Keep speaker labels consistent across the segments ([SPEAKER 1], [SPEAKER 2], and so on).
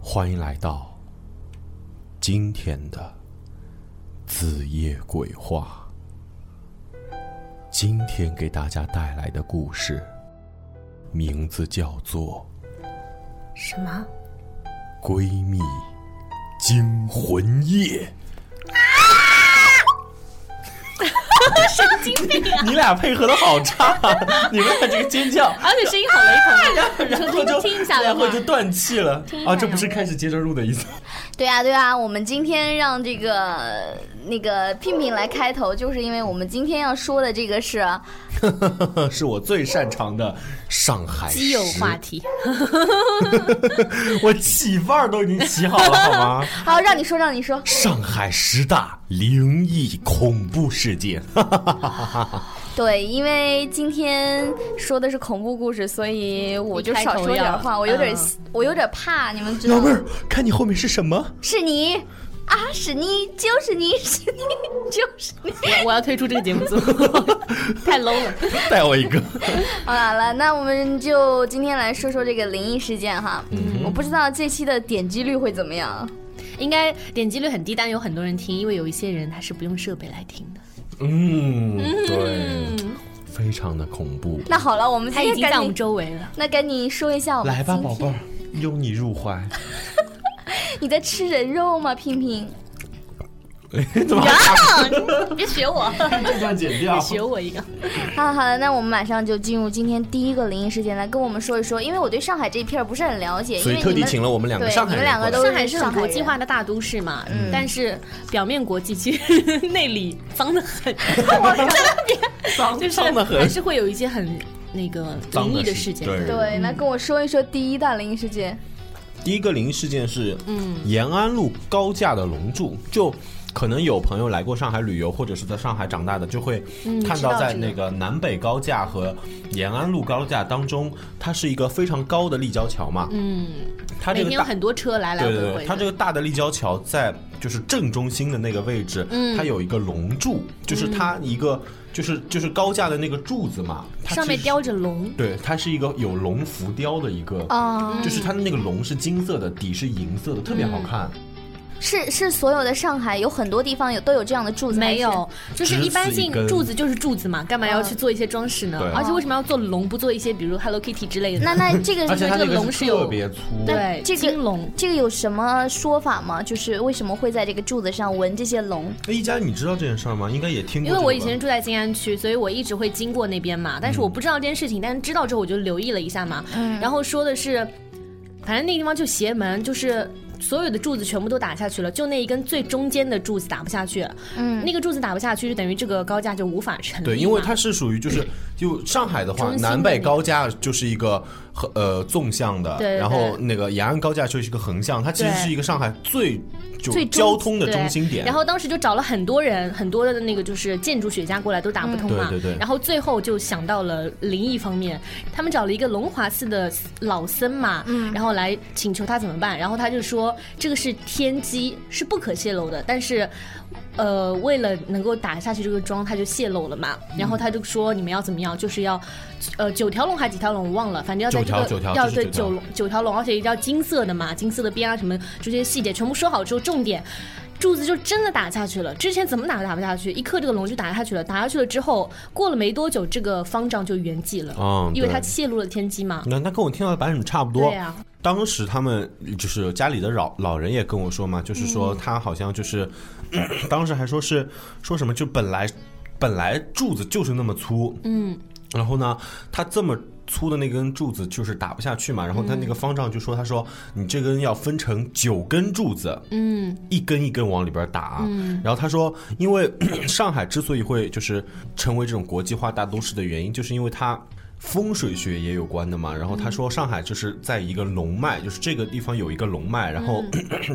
[SPEAKER 1] 欢迎来到今天的子夜鬼话。今天给大家带来的故事，名字叫做
[SPEAKER 2] 什么？
[SPEAKER 1] 《闺蜜惊魂夜》。
[SPEAKER 2] 啊
[SPEAKER 1] 你俩配合的好差，你们俩这个尖叫，
[SPEAKER 2] 而且声音好雷 同啊！
[SPEAKER 1] 然
[SPEAKER 2] 后就听一下
[SPEAKER 1] 然
[SPEAKER 2] 等会
[SPEAKER 1] 后
[SPEAKER 2] 儿
[SPEAKER 1] 就断气了
[SPEAKER 2] 听一下
[SPEAKER 1] 啊！这不是开始接着录的意思。
[SPEAKER 2] 对啊，对啊，我们今天让这个那个聘聘来开头，就是因为我们今天要说的这个是
[SPEAKER 1] 是我最擅长的上海
[SPEAKER 3] 基友
[SPEAKER 1] 石
[SPEAKER 3] 话题，
[SPEAKER 1] 我起范儿都已经起好了，好吗？
[SPEAKER 2] 好，让你说，让你说，
[SPEAKER 1] 上海十大灵异恐怖事件，
[SPEAKER 2] 对，因为今天说的是恐怖故事，所以我就少说点话，我有点、我有点怕，你们知道
[SPEAKER 1] 老妹
[SPEAKER 2] 吗？
[SPEAKER 1] 儿，看你后面是什么？
[SPEAKER 2] 是你啊，是你，就是你，是你，就是你。
[SPEAKER 3] 我要退出这个节目组， 太 low 了。
[SPEAKER 1] 带我一个。
[SPEAKER 2] 好了好了，那我们就今天来说说这个灵异事件哈。嗯，我不知道这期的点击率会怎么样。
[SPEAKER 3] 应该点击率很低，但有很多人听，因为有一些人他是不用设备来听的。
[SPEAKER 1] 嗯，对，非常的恐怖。
[SPEAKER 2] 那好了，我们今
[SPEAKER 3] 他已
[SPEAKER 2] 天
[SPEAKER 3] 经
[SPEAKER 2] 赶
[SPEAKER 3] 在我
[SPEAKER 2] 紧
[SPEAKER 3] 们周围了。
[SPEAKER 2] 那赶紧说一下我们
[SPEAKER 1] 来吧，
[SPEAKER 2] 今
[SPEAKER 1] 宝贝儿，拥你入怀。
[SPEAKER 2] 你在吃人肉吗？平平，
[SPEAKER 1] 哎怎么
[SPEAKER 3] 别学我，
[SPEAKER 1] 这段剪掉
[SPEAKER 3] 学我一个。
[SPEAKER 2] 好了好了，那我们马上就进入今天第一个灵异事件，来跟我们说一说，因为我对上海这一片儿不是很了解，因
[SPEAKER 1] 所
[SPEAKER 2] 为
[SPEAKER 1] 以特
[SPEAKER 2] 你
[SPEAKER 1] 地
[SPEAKER 2] 们
[SPEAKER 1] 请了我们两个
[SPEAKER 2] 对
[SPEAKER 1] 上海
[SPEAKER 2] 你
[SPEAKER 1] 人
[SPEAKER 2] 们两
[SPEAKER 1] 过
[SPEAKER 2] 个
[SPEAKER 1] 来。
[SPEAKER 2] 都
[SPEAKER 3] 上海是很国际
[SPEAKER 2] 上海
[SPEAKER 3] 化的大都市嘛，
[SPEAKER 1] 嗯
[SPEAKER 3] 但是表面国际，其实内里脏的 很，
[SPEAKER 1] 脏
[SPEAKER 3] 就是
[SPEAKER 1] 脏得
[SPEAKER 3] 还
[SPEAKER 1] 很。
[SPEAKER 3] 是会有一些很那个
[SPEAKER 1] 脏
[SPEAKER 3] 灵
[SPEAKER 1] 的
[SPEAKER 3] 异的
[SPEAKER 1] 事
[SPEAKER 3] 事件。
[SPEAKER 1] 对
[SPEAKER 2] 人。对，那跟我说一说第一大灵异事件。
[SPEAKER 1] 第一个灵异事件是，嗯，延安路高架的龙柱，就可能有朋友来过上海旅游，或者是在上海长大的，就会
[SPEAKER 3] 嗯
[SPEAKER 1] 看到在那个南北高架和延安路高架当中，它是一个非常高的立交桥嘛，
[SPEAKER 3] 嗯，
[SPEAKER 1] 它这
[SPEAKER 3] 每
[SPEAKER 1] 个
[SPEAKER 3] 天有
[SPEAKER 1] 大。
[SPEAKER 3] 很多车来来
[SPEAKER 1] 对
[SPEAKER 3] 回
[SPEAKER 1] 对对，
[SPEAKER 3] 回
[SPEAKER 1] 它这
[SPEAKER 3] 的。
[SPEAKER 1] 个大的立交桥在就是正中心的那个位置，
[SPEAKER 3] 嗯
[SPEAKER 1] 它有一个龙柱，就是它一个就是就是高架的那个柱子嘛，它
[SPEAKER 3] 上面
[SPEAKER 1] 其实
[SPEAKER 3] 雕着龙，
[SPEAKER 1] 对，它是一个有龙浮雕的一个，
[SPEAKER 2] 啊、
[SPEAKER 3] 嗯
[SPEAKER 1] 就是它的那个龙是金色的，底是银色的，特别好看。
[SPEAKER 2] 是是，所有的上海有很多地方有都有这样的柱子，
[SPEAKER 3] 没有，就是
[SPEAKER 1] 只
[SPEAKER 3] 一
[SPEAKER 1] 此
[SPEAKER 3] 般
[SPEAKER 1] 一
[SPEAKER 3] 性
[SPEAKER 1] 根
[SPEAKER 3] 柱子就是柱子嘛，干嘛
[SPEAKER 2] 嗯
[SPEAKER 3] 要去做一些装饰呢
[SPEAKER 1] 对？
[SPEAKER 3] 而且为什么要做龙，不做一些比如 Hello Kitty 之类的？
[SPEAKER 2] 还是。那那这
[SPEAKER 1] 而
[SPEAKER 2] 个
[SPEAKER 1] 且它
[SPEAKER 3] 这个
[SPEAKER 1] 那个
[SPEAKER 3] 龙
[SPEAKER 1] 是
[SPEAKER 3] 是
[SPEAKER 1] 特
[SPEAKER 3] 有
[SPEAKER 1] 别粗，哎
[SPEAKER 3] 对
[SPEAKER 2] 这个
[SPEAKER 3] 金龙，
[SPEAKER 2] 这个有什么说法吗？就是为什么会在这个柱子上纹这些龙？
[SPEAKER 1] 那一佳，你知道这件事儿吗？应该也听过
[SPEAKER 3] 因
[SPEAKER 1] 这个吧。
[SPEAKER 3] 为我以前住在静安区，所以我一直会经过那边嘛，但
[SPEAKER 1] 嗯
[SPEAKER 3] 是我不知道这件事情，但是知道之后我就留意了一下嘛，
[SPEAKER 2] 嗯
[SPEAKER 3] 然后说的是，反正那地方就邪门，就是。所有的柱子全部都打下去了，就那一根最中间的柱子打不下去，
[SPEAKER 2] 嗯，
[SPEAKER 3] 那个柱子打不下去，就等于这个高架就无法成立嘛。
[SPEAKER 1] 对，因为它是属于就是就上海的话，
[SPEAKER 3] 中心的
[SPEAKER 1] 南北高架就是一个和呃纵向的，
[SPEAKER 3] 对对对
[SPEAKER 1] 然后那个延安高架就是一个横向，它其实
[SPEAKER 3] 对
[SPEAKER 1] 是一个上海最就
[SPEAKER 3] 最中
[SPEAKER 1] 交通的
[SPEAKER 3] 对
[SPEAKER 1] 中心点。
[SPEAKER 3] 然后当时就找了很多人，很多的那个就是建筑学家过来都打不通嘛。
[SPEAKER 1] 嗯对对对
[SPEAKER 3] 然后最后就想到了灵异方面，他们找了一个龙华寺的老僧嘛，然后来请求他怎么办。然后他就说这个是天机，是不可泄露的，但是。呃，为了能够打下去这个桩，他就泄露了嘛。
[SPEAKER 1] 嗯
[SPEAKER 3] 然后他就说你们要怎么样，就是要，呃，九条龙还是几条龙我忘了，反正要在这个
[SPEAKER 1] 九条九条
[SPEAKER 3] 要
[SPEAKER 1] 就是
[SPEAKER 3] 对
[SPEAKER 1] 九条
[SPEAKER 3] 九龙九条龙，而且一定要金色的嘛，金色的边啊什么这些细节全部说好之后，重点柱子就真的打下去了。之前怎么打都打不下去，一刻这个龙就打下去了。打下去了之后，过了没多久，这个方丈就圆寂了，
[SPEAKER 1] 嗯
[SPEAKER 3] 因为
[SPEAKER 1] 对
[SPEAKER 3] 他泄露了天机嘛。
[SPEAKER 1] 那那跟我听到的版本差不多。
[SPEAKER 3] 对啊呀、
[SPEAKER 1] 当时他们就是家里的老老人也跟我说嘛，就是说他好像就是， 当时还说是说什么，就本来本来柱子就是那么粗，
[SPEAKER 3] 嗯，
[SPEAKER 1] 然后呢，他这么粗的那根柱子就是打不下去嘛，然后他
[SPEAKER 3] 嗯
[SPEAKER 1] 那个方丈就说，他说你这根要分成九根柱子，
[SPEAKER 3] 嗯，
[SPEAKER 1] 一根一根往里边打。啊然后他说，因为嗯上海之所以会就是成为这种国际化大都市的原因，就是因为它。风水学也有关的嘛，然后他说上海就是在一个龙脉，就是这个地方有一个龙脉，然后、
[SPEAKER 3] 嗯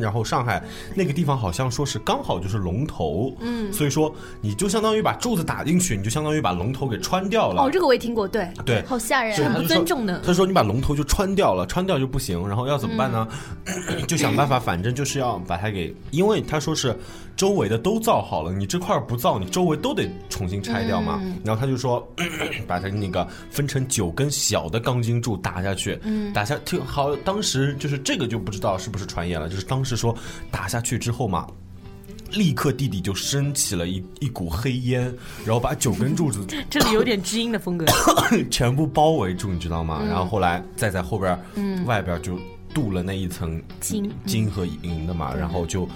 [SPEAKER 1] 然后上海那个地方好像说是刚好就是龙头，嗯，所以说你就相当于把柱子打进去，你就相当于把龙头给穿掉了，
[SPEAKER 3] 哦，这个我也听过，对，
[SPEAKER 1] 对，
[SPEAKER 2] 好吓人
[SPEAKER 1] 所以
[SPEAKER 2] 啊！
[SPEAKER 1] 他
[SPEAKER 3] 很
[SPEAKER 1] 就
[SPEAKER 3] 不
[SPEAKER 1] 说
[SPEAKER 3] 尊重的
[SPEAKER 1] 他说你把龙头就穿掉了，穿掉就不行，然后要怎么办呢？ 就想办法，反正就是要把它给，因为他说是周围的都造好了，嗯 你这块儿不造，你周围都得重新拆掉嘛。然后他就说，把它那个分成九根小的钢筋柱打下去，嗯、打下听好，当时就是这个就不知道是不是传言了，就是当时说打下去之后嘛。立刻地底就升起了一一股黑烟，然后把九根柱子
[SPEAKER 3] 这里有点知音的风格，
[SPEAKER 1] 全部包围住，你知道吗？嗯、然后后来再在后边，嗯、外边就镀了那一层
[SPEAKER 3] 金嗯
[SPEAKER 1] 金和银的嘛，嗯、然后就。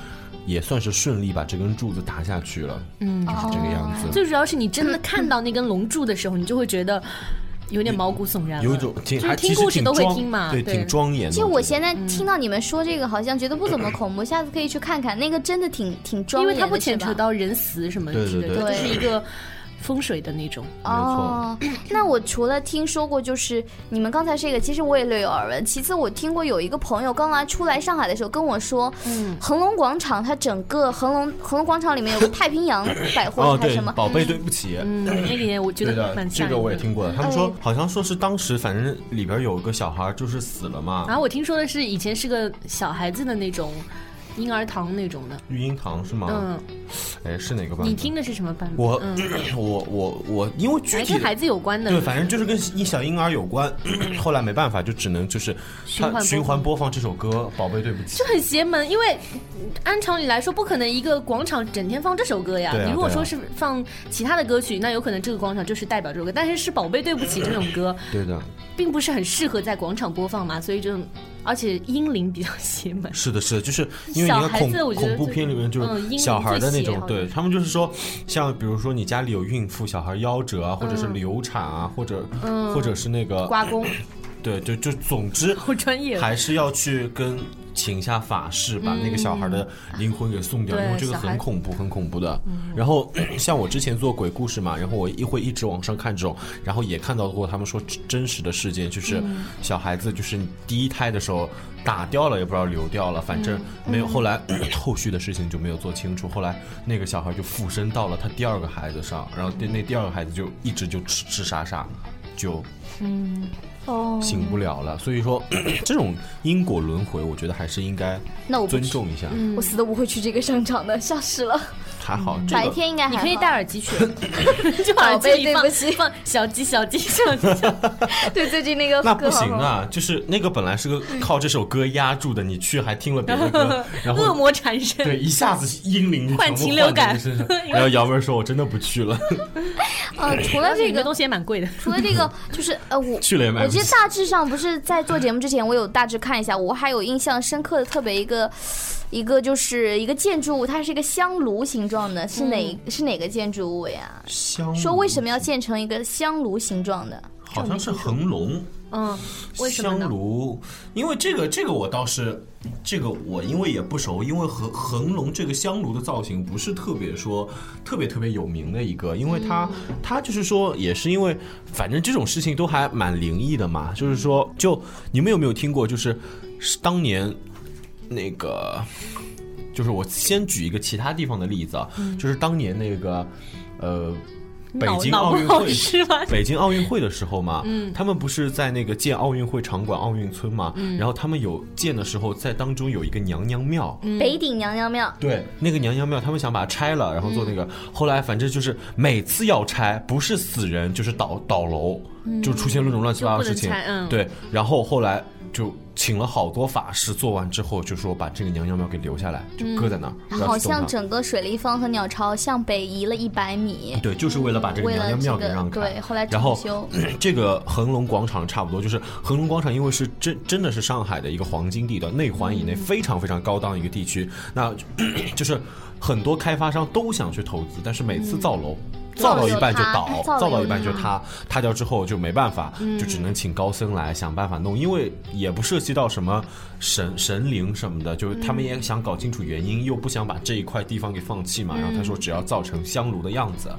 [SPEAKER 1] 也算是顺利把这根柱子打下去了，嗯，就是
[SPEAKER 2] 哦
[SPEAKER 1] 这个样子。
[SPEAKER 3] 最主要是你真的看到那根龙柱的时候，你就会觉得有点毛骨悚然，
[SPEAKER 1] 有一种挺
[SPEAKER 3] 就是听故事都会听嘛，
[SPEAKER 1] 对，挺庄严。
[SPEAKER 2] 就我现在
[SPEAKER 3] 嗯
[SPEAKER 2] 听到你们说这个，好像觉得不怎么
[SPEAKER 1] 嗯
[SPEAKER 2] 恐怖，下次可以去看看，那个真的挺挺庄
[SPEAKER 3] 严，因为它不牵扯到人死什么的，
[SPEAKER 1] 对对
[SPEAKER 3] 对，就是一个风水的那种。
[SPEAKER 1] 哦，
[SPEAKER 2] 那我除了听说过，就是你们刚才这个，其实我也略有耳闻。其次，我听过有一个朋友刚来出来上海的时候跟我说，嗯，恒隆广场它整个恒隆恒隆广场里面有个太平 洋百货还是什么？
[SPEAKER 1] 宝 哦贝对不起，
[SPEAKER 3] 嗯，那点我觉得蛮
[SPEAKER 1] 这个我也听
[SPEAKER 3] 嗯
[SPEAKER 1] 过，他们说好像说是当时反正里边有个小孩就是死了嘛。
[SPEAKER 3] 然后我听说的是以前是个小孩子的那种婴儿堂那种的
[SPEAKER 1] 育婴堂啊是吗？
[SPEAKER 3] 嗯。
[SPEAKER 1] 哎，是哪个版本？
[SPEAKER 3] 你听的是什么版本？
[SPEAKER 1] 我、嗯、 我我我，因为具体
[SPEAKER 3] 哎跟孩子有关的，
[SPEAKER 1] 对，反正就是跟一小婴儿有关。后来没办法，就只能就是他循环播放这首歌，《宝贝对不起》。
[SPEAKER 3] 这很邪门，因为按常理来说，不可能一个广场整天放这首歌呀。
[SPEAKER 1] 啊、
[SPEAKER 3] 你如果说是放其他的歌曲，那有可能这个广场就是代表这首歌，但是是《宝贝对不起》这种歌，
[SPEAKER 1] 对的，
[SPEAKER 3] 并不是很适合在广场播放嘛，所以就。而且英灵比较 邪门。
[SPEAKER 1] 是的，是的，就是因为你看恐恐怖片里面就是嗯小孩的那种，对他们就是说，像比如说你家里有孕妇、小孩夭折啊，或者是流产啊，或者或者是那个
[SPEAKER 3] 刮宫，
[SPEAKER 1] 对，就就总之
[SPEAKER 3] 好专业，哦
[SPEAKER 1] 还是要去跟请下法事，把那个小孩的灵魂给送掉，因为这个很恐怖，很恐怖的。然后像我之前做鬼故事嘛，然后我一会一直往上看这种，然后也看到过他们说真实的事件，就是小孩子就是第一胎的时候。打掉了也不知道流掉了，反正没有。后来 后续的事情就没有做清楚。后来那个小孩就附身到了他第二个孩子上，然后那第二个孩子就一直就痴痴傻傻，就
[SPEAKER 3] 嗯
[SPEAKER 2] 哦
[SPEAKER 1] 醒不了了。所以说这种因果轮回，我觉得还是应该
[SPEAKER 2] 那我嗯
[SPEAKER 1] 尊重一下。
[SPEAKER 2] 我死都不会去这个商场的，吓死了。
[SPEAKER 1] 还好，这个、
[SPEAKER 2] 嗯白天应该
[SPEAKER 3] 你可以戴耳 机去，
[SPEAKER 2] 就把耳机
[SPEAKER 3] 里
[SPEAKER 2] 放
[SPEAKER 3] 放小鸡小鸡小鸡。
[SPEAKER 2] 对，最近那个
[SPEAKER 1] 那不行啊，就是那个本来是个
[SPEAKER 2] 嗯
[SPEAKER 1] 靠这首歌压住的，你去还听了别的 歌，然后
[SPEAKER 3] 恶魔缠身，
[SPEAKER 1] 对，一下子英灵
[SPEAKER 3] 换禽流感。
[SPEAKER 1] 然后姚文说：“我真的不去了。”
[SPEAKER 2] 呃，除了这个
[SPEAKER 3] 东西也蛮贵的，
[SPEAKER 2] 除了这个就是呃，我
[SPEAKER 1] 去了也买。
[SPEAKER 2] 我觉得大致上不是在做节目之前，我有大致看一下，我还有印象深刻的特别一个。一个就是一个建筑物，它是一个香炉形状的，是哪、嗯、是哪个建筑物呀？
[SPEAKER 1] 香
[SPEAKER 2] 说为什么要建成一个香炉形状的？
[SPEAKER 1] 好像是恒隆。
[SPEAKER 3] 嗯，为什么
[SPEAKER 1] 香炉？因为这个这个我倒是，这个我因为也不熟，因为恒恒隆这个香炉的造型不是特别说特别特别有名的一个，因为它、嗯、它就是说也是因为反正这种事情都还蛮灵异的嘛，就是说就你们有没有听过就是当年。那个，就是我先举一个其他地方的例子啊，嗯、就是当年那个，呃，北京奥运会，北京奥运会的时候嘛，嗯、他们不是在那个建奥运会场馆奥运村嘛，嗯、然后他们有建的时候，在当中有一个娘娘庙，
[SPEAKER 2] 北顶娘娘庙，
[SPEAKER 1] 对，那个娘娘庙，他们想把它拆了，然后做那个，后来反正就是每次要拆，不是死人就是倒倒楼，就出现那种乱七八糟的事情，对，然后后来就。请了好多法师，做完之后就说把这个娘娘庙给留下来，就搁在那儿。
[SPEAKER 2] 嗯、好像整个水立方和鸟巢向北移了一百米。
[SPEAKER 1] 对，就是为了把这个娘娘庙给让开。
[SPEAKER 2] 这个、对，后来
[SPEAKER 1] 然后
[SPEAKER 2] 修、
[SPEAKER 1] 嗯、 这个恒隆广场差不多，就是恒隆广场，因为是真真的是上海的一个黄金地段，内环以内非常非常高档一个地区。那 就是很多开发商都想去投资，但是每次造楼。嗯造到一半就倒，造到一半就
[SPEAKER 3] 嗯
[SPEAKER 1] 塌，塌掉之后就没办法，就只能请高僧来想办法弄，因为也不涉及到什么神神灵什么的，就是他们
[SPEAKER 3] 嗯
[SPEAKER 1] 也想搞清楚原因，又不想把这一块地方给放弃嘛。然后他说，
[SPEAKER 3] 嗯
[SPEAKER 1] 只要造成香炉的样子，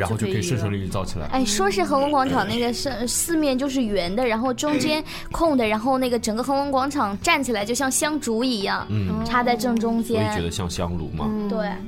[SPEAKER 1] 然后就可以顺顺利利造起来。
[SPEAKER 2] 哎，说是恒隆广场那个是呃四面就是圆的，然后中间空的，然后那个整个恒隆广场站
[SPEAKER 1] 嗯
[SPEAKER 2] 起来就像香烛一样，插在正中
[SPEAKER 3] 嗯
[SPEAKER 2] 间。
[SPEAKER 1] 我也觉得像香炉嘛。
[SPEAKER 2] 对。嗯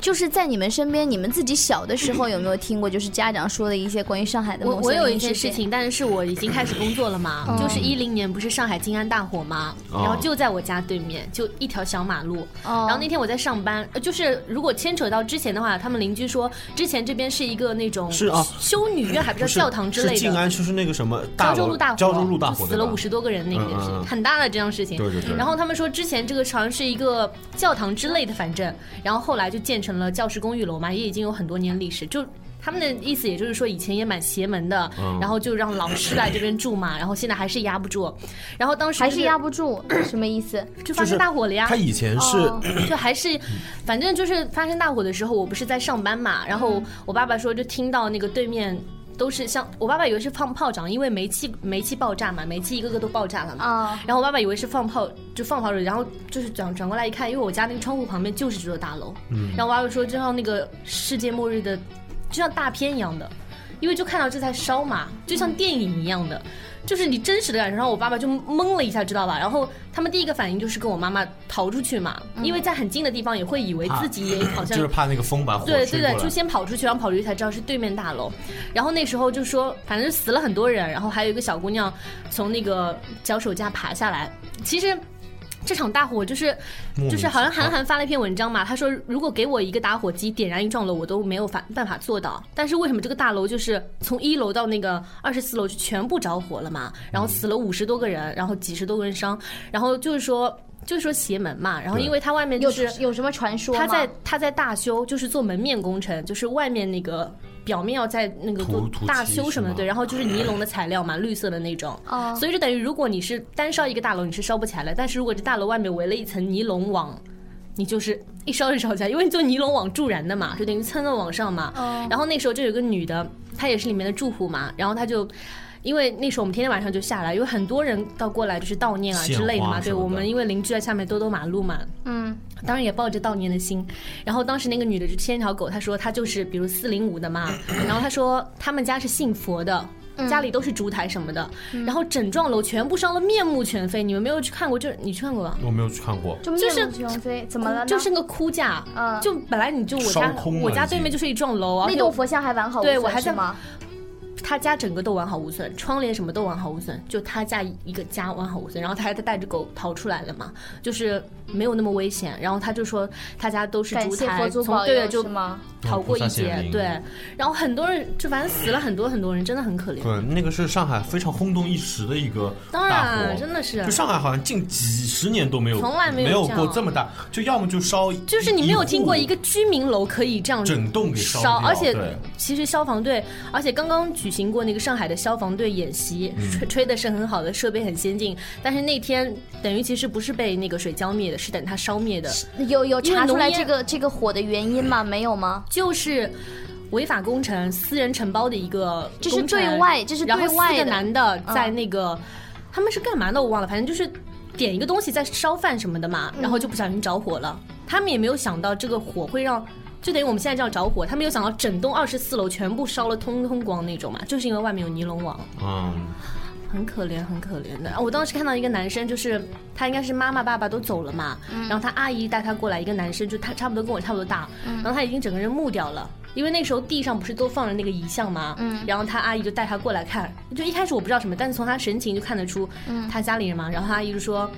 [SPEAKER 2] 就是在你们身边，你们自己小的时候有没有听过，就是家长说的一些关于上海的
[SPEAKER 3] 我
[SPEAKER 2] 某些
[SPEAKER 3] 我有一
[SPEAKER 2] 灵异
[SPEAKER 3] 件
[SPEAKER 2] 事
[SPEAKER 3] 事
[SPEAKER 2] 件，
[SPEAKER 3] 情，但是我已经开始工作了嘛，
[SPEAKER 2] 嗯
[SPEAKER 3] 就是一零年不是上海静安大火嘛，
[SPEAKER 1] 哦
[SPEAKER 3] 然后就在我家对面，就一条小马路。
[SPEAKER 2] 哦
[SPEAKER 3] 然后那天我在上班，呃就是如果牵扯到之前的话，他们邻居说之前这边是一个那种
[SPEAKER 1] 是啊
[SPEAKER 3] 修女院，还不
[SPEAKER 1] 不
[SPEAKER 3] 叫
[SPEAKER 1] 是
[SPEAKER 3] 教堂之类
[SPEAKER 1] 是静
[SPEAKER 3] 的。
[SPEAKER 1] 安就是那个什么大
[SPEAKER 3] 胶
[SPEAKER 1] 楼
[SPEAKER 3] 州路大火，
[SPEAKER 1] 胶州路大火
[SPEAKER 3] 就死了
[SPEAKER 1] 对吧
[SPEAKER 3] 五十多个人，那个也是
[SPEAKER 1] 嗯嗯嗯
[SPEAKER 3] 很大的这样事情。
[SPEAKER 1] 对对对
[SPEAKER 3] 然后他们说，之前这个好像是一个教堂之类的，反正，然后后来就建成了教师公寓楼嘛，也已经有很多年历史。就他们的意思，也就是说以前也蛮邪门的，
[SPEAKER 1] 嗯
[SPEAKER 3] 然后就让老师来这边住嘛，然后现在还是压不住，然后当时
[SPEAKER 2] 还是压
[SPEAKER 3] 不
[SPEAKER 2] 不住， 什么意思？
[SPEAKER 3] 就
[SPEAKER 1] 就
[SPEAKER 3] 发
[SPEAKER 1] 是
[SPEAKER 3] 生大火了呀。
[SPEAKER 1] 他以前是、
[SPEAKER 2] 哦
[SPEAKER 3] 就还是，反正就是发生大火的时候，我不是在上班嘛，然后我爸爸说就听到那个对面。都是像我爸爸以为是放炮仗，因为煤气煤气爆炸嘛，煤气一个个都爆炸了嘛。
[SPEAKER 2] 啊
[SPEAKER 3] 然后我爸爸以为是放炮，就放炮仗，然后就是转转过来一看，因为我家那个窗户旁边就是这座大楼。然后我爸爸说，就像那个世界末日的，就像大片一样的，因为就看到这在烧嘛，就像电影一样的，就是你真实的感受。然后我爸爸就懵了一下，知道吧？然后他们第一个反应就是跟我妈妈逃出去嘛，因为在很近的地方也会以为自己也好 像
[SPEAKER 1] 就是怕那个风把火
[SPEAKER 3] 对
[SPEAKER 1] 吹
[SPEAKER 3] 对
[SPEAKER 1] 过
[SPEAKER 3] 对，
[SPEAKER 1] 来
[SPEAKER 3] 就先跑出去，然后跑出去才知道是对面大楼。然后那时候就说，反正死了很多人，然后还有一个小姑娘从那个脚手架爬下来。其实。这场大火就是，
[SPEAKER 1] 莫名
[SPEAKER 3] 就是好像
[SPEAKER 1] 其妙
[SPEAKER 3] 韩寒发了一篇文章嘛，他说如果给我一个打火机点燃一幢楼，我都没有法办法做到。但是为什么这个大楼就是从一楼到那个二十四楼就全部着火了嘛？然后死了五十多个人，然后几十多个人伤，然后就是说就是说邪门嘛。然后
[SPEAKER 1] 对
[SPEAKER 3] 因为它外面就
[SPEAKER 2] 有
[SPEAKER 3] 是
[SPEAKER 2] 有什么传说吗？
[SPEAKER 3] 他在他在大修，就是做门面工程，就是外面那个表面要在那个
[SPEAKER 1] 涂
[SPEAKER 3] 做
[SPEAKER 1] 涂漆
[SPEAKER 3] 大修什么
[SPEAKER 1] 是
[SPEAKER 3] 的，
[SPEAKER 1] 吗
[SPEAKER 3] 对，然后就是尼龙的材料嘛，绿色的那种。
[SPEAKER 2] 哦
[SPEAKER 3] 所以就等于如果你是单烧一个大楼，你是烧不起来的，但是如果这大楼外面围了一层尼龙网。你就是一烧就烧起来，因为你做尼龙网助燃的嘛，就等于蹭了往上嘛。
[SPEAKER 2] 嗯哦
[SPEAKER 3] 然后那时候就有个女的，她也是里面的住户嘛，然后她就，因为那时候我们天天晚上就下来，有很多人到过来就是悼念啊
[SPEAKER 1] 献
[SPEAKER 3] 之类的嘛。
[SPEAKER 1] 花什
[SPEAKER 3] 对
[SPEAKER 1] 么的
[SPEAKER 3] 我们，因为邻居在下面兜兜马路嘛，
[SPEAKER 2] 嗯
[SPEAKER 3] 当然也抱着悼念的心。然后当时那个女的就牵一条狗，她说她就是比如四零五的 嘛，然后她说他们家是信佛的。
[SPEAKER 2] 嗯
[SPEAKER 3] 家里都是烛台什么的，然后整幢楼全部烧了，面目全非。你们没有去看过，就是你去看过吧？
[SPEAKER 1] 我没有去看过，
[SPEAKER 2] 就
[SPEAKER 3] 就是
[SPEAKER 2] 面目全非，怎么了呢？
[SPEAKER 3] 就剩个枯架，
[SPEAKER 2] 嗯
[SPEAKER 3] 就本来你就我家
[SPEAKER 1] 烧空了
[SPEAKER 3] 我家
[SPEAKER 1] 已经
[SPEAKER 3] 对面就是一幢楼，而
[SPEAKER 2] 那
[SPEAKER 3] 且
[SPEAKER 2] 栋佛像还完好无
[SPEAKER 3] 对
[SPEAKER 2] 损
[SPEAKER 3] 我还
[SPEAKER 2] 是
[SPEAKER 3] 在
[SPEAKER 2] 吗？
[SPEAKER 3] 他家整个都完好无损，窗帘什么都完好无损，就他家一个家完好无损。然后他还带着狗逃出来了嘛，就是没有那么危险。然后他就说他家都是
[SPEAKER 2] 感
[SPEAKER 3] 烛
[SPEAKER 2] 谢
[SPEAKER 3] 台，
[SPEAKER 2] 佛祖
[SPEAKER 3] 从
[SPEAKER 2] 保
[SPEAKER 3] 对
[SPEAKER 2] 佑
[SPEAKER 3] 的就是
[SPEAKER 2] 吗？
[SPEAKER 3] 逃过一
[SPEAKER 1] 嗯菩萨显
[SPEAKER 3] 劫
[SPEAKER 1] 灵，
[SPEAKER 3] 对。然后很多人就反正死了很多很多人，真的很可怜。
[SPEAKER 1] 对，那个是上海非常轰动一时的一个
[SPEAKER 3] 当
[SPEAKER 1] 大火，
[SPEAKER 3] 然，真的是
[SPEAKER 1] 就，上海好像近几十年都没有，
[SPEAKER 3] 从来没
[SPEAKER 1] 没
[SPEAKER 3] 有
[SPEAKER 1] 有
[SPEAKER 3] 这样
[SPEAKER 1] 过这么大，就要么就烧一，
[SPEAKER 3] 就是你没有听过一
[SPEAKER 1] 个
[SPEAKER 3] 个居民楼可以这样
[SPEAKER 1] 整栋给烧
[SPEAKER 3] 烧，
[SPEAKER 1] 掉
[SPEAKER 3] 而且
[SPEAKER 1] 对
[SPEAKER 3] 其实消防队，而且刚刚举行过那个上海的消防队演习，
[SPEAKER 1] 嗯
[SPEAKER 3] 吹吹的是很好的，设备很先进，但是那天等于其实不是被那个水浇灭的，是等它烧灭的，
[SPEAKER 2] 有有
[SPEAKER 3] 因为
[SPEAKER 2] 查出
[SPEAKER 3] 浓
[SPEAKER 2] 来
[SPEAKER 3] 烟
[SPEAKER 2] 这个这个火的原因吗？没有吗？
[SPEAKER 3] 就是。违法工程、私人承包的一个
[SPEAKER 2] 这是
[SPEAKER 3] 工程
[SPEAKER 2] 对外这是
[SPEAKER 3] 然后
[SPEAKER 2] 对外
[SPEAKER 3] 四个
[SPEAKER 2] 的嗯
[SPEAKER 3] 男的在那个，他们是干嘛的我忘了，反正就是点一个东西在烧饭什么的
[SPEAKER 2] 嗯
[SPEAKER 3] 嘛，然后就不小心着火了。他们也没有想到这个火会让，就等于我们现在这样着火，他没有想到整栋二十四楼全部烧了，通通光那种嘛，就是因为外面有尼龙网。
[SPEAKER 1] 嗯，
[SPEAKER 3] 很可怜，很可怜的。啊我当时看到一个男生，就是他应该是妈妈、爸爸都走了嘛，
[SPEAKER 2] 嗯
[SPEAKER 3] 然后他阿姨带他过来一个男生，就他差不多跟我差不多大，
[SPEAKER 2] 嗯
[SPEAKER 3] 然后他已经整个人木掉了。因为那时候地上不是都放着那个遗像吗？
[SPEAKER 2] 嗯
[SPEAKER 3] 然后他阿姨就带他过来看，就一开始我不知道什么，但是从他神情就看得出，
[SPEAKER 2] 嗯
[SPEAKER 3] 他家里人嘛。然后他阿姨就说，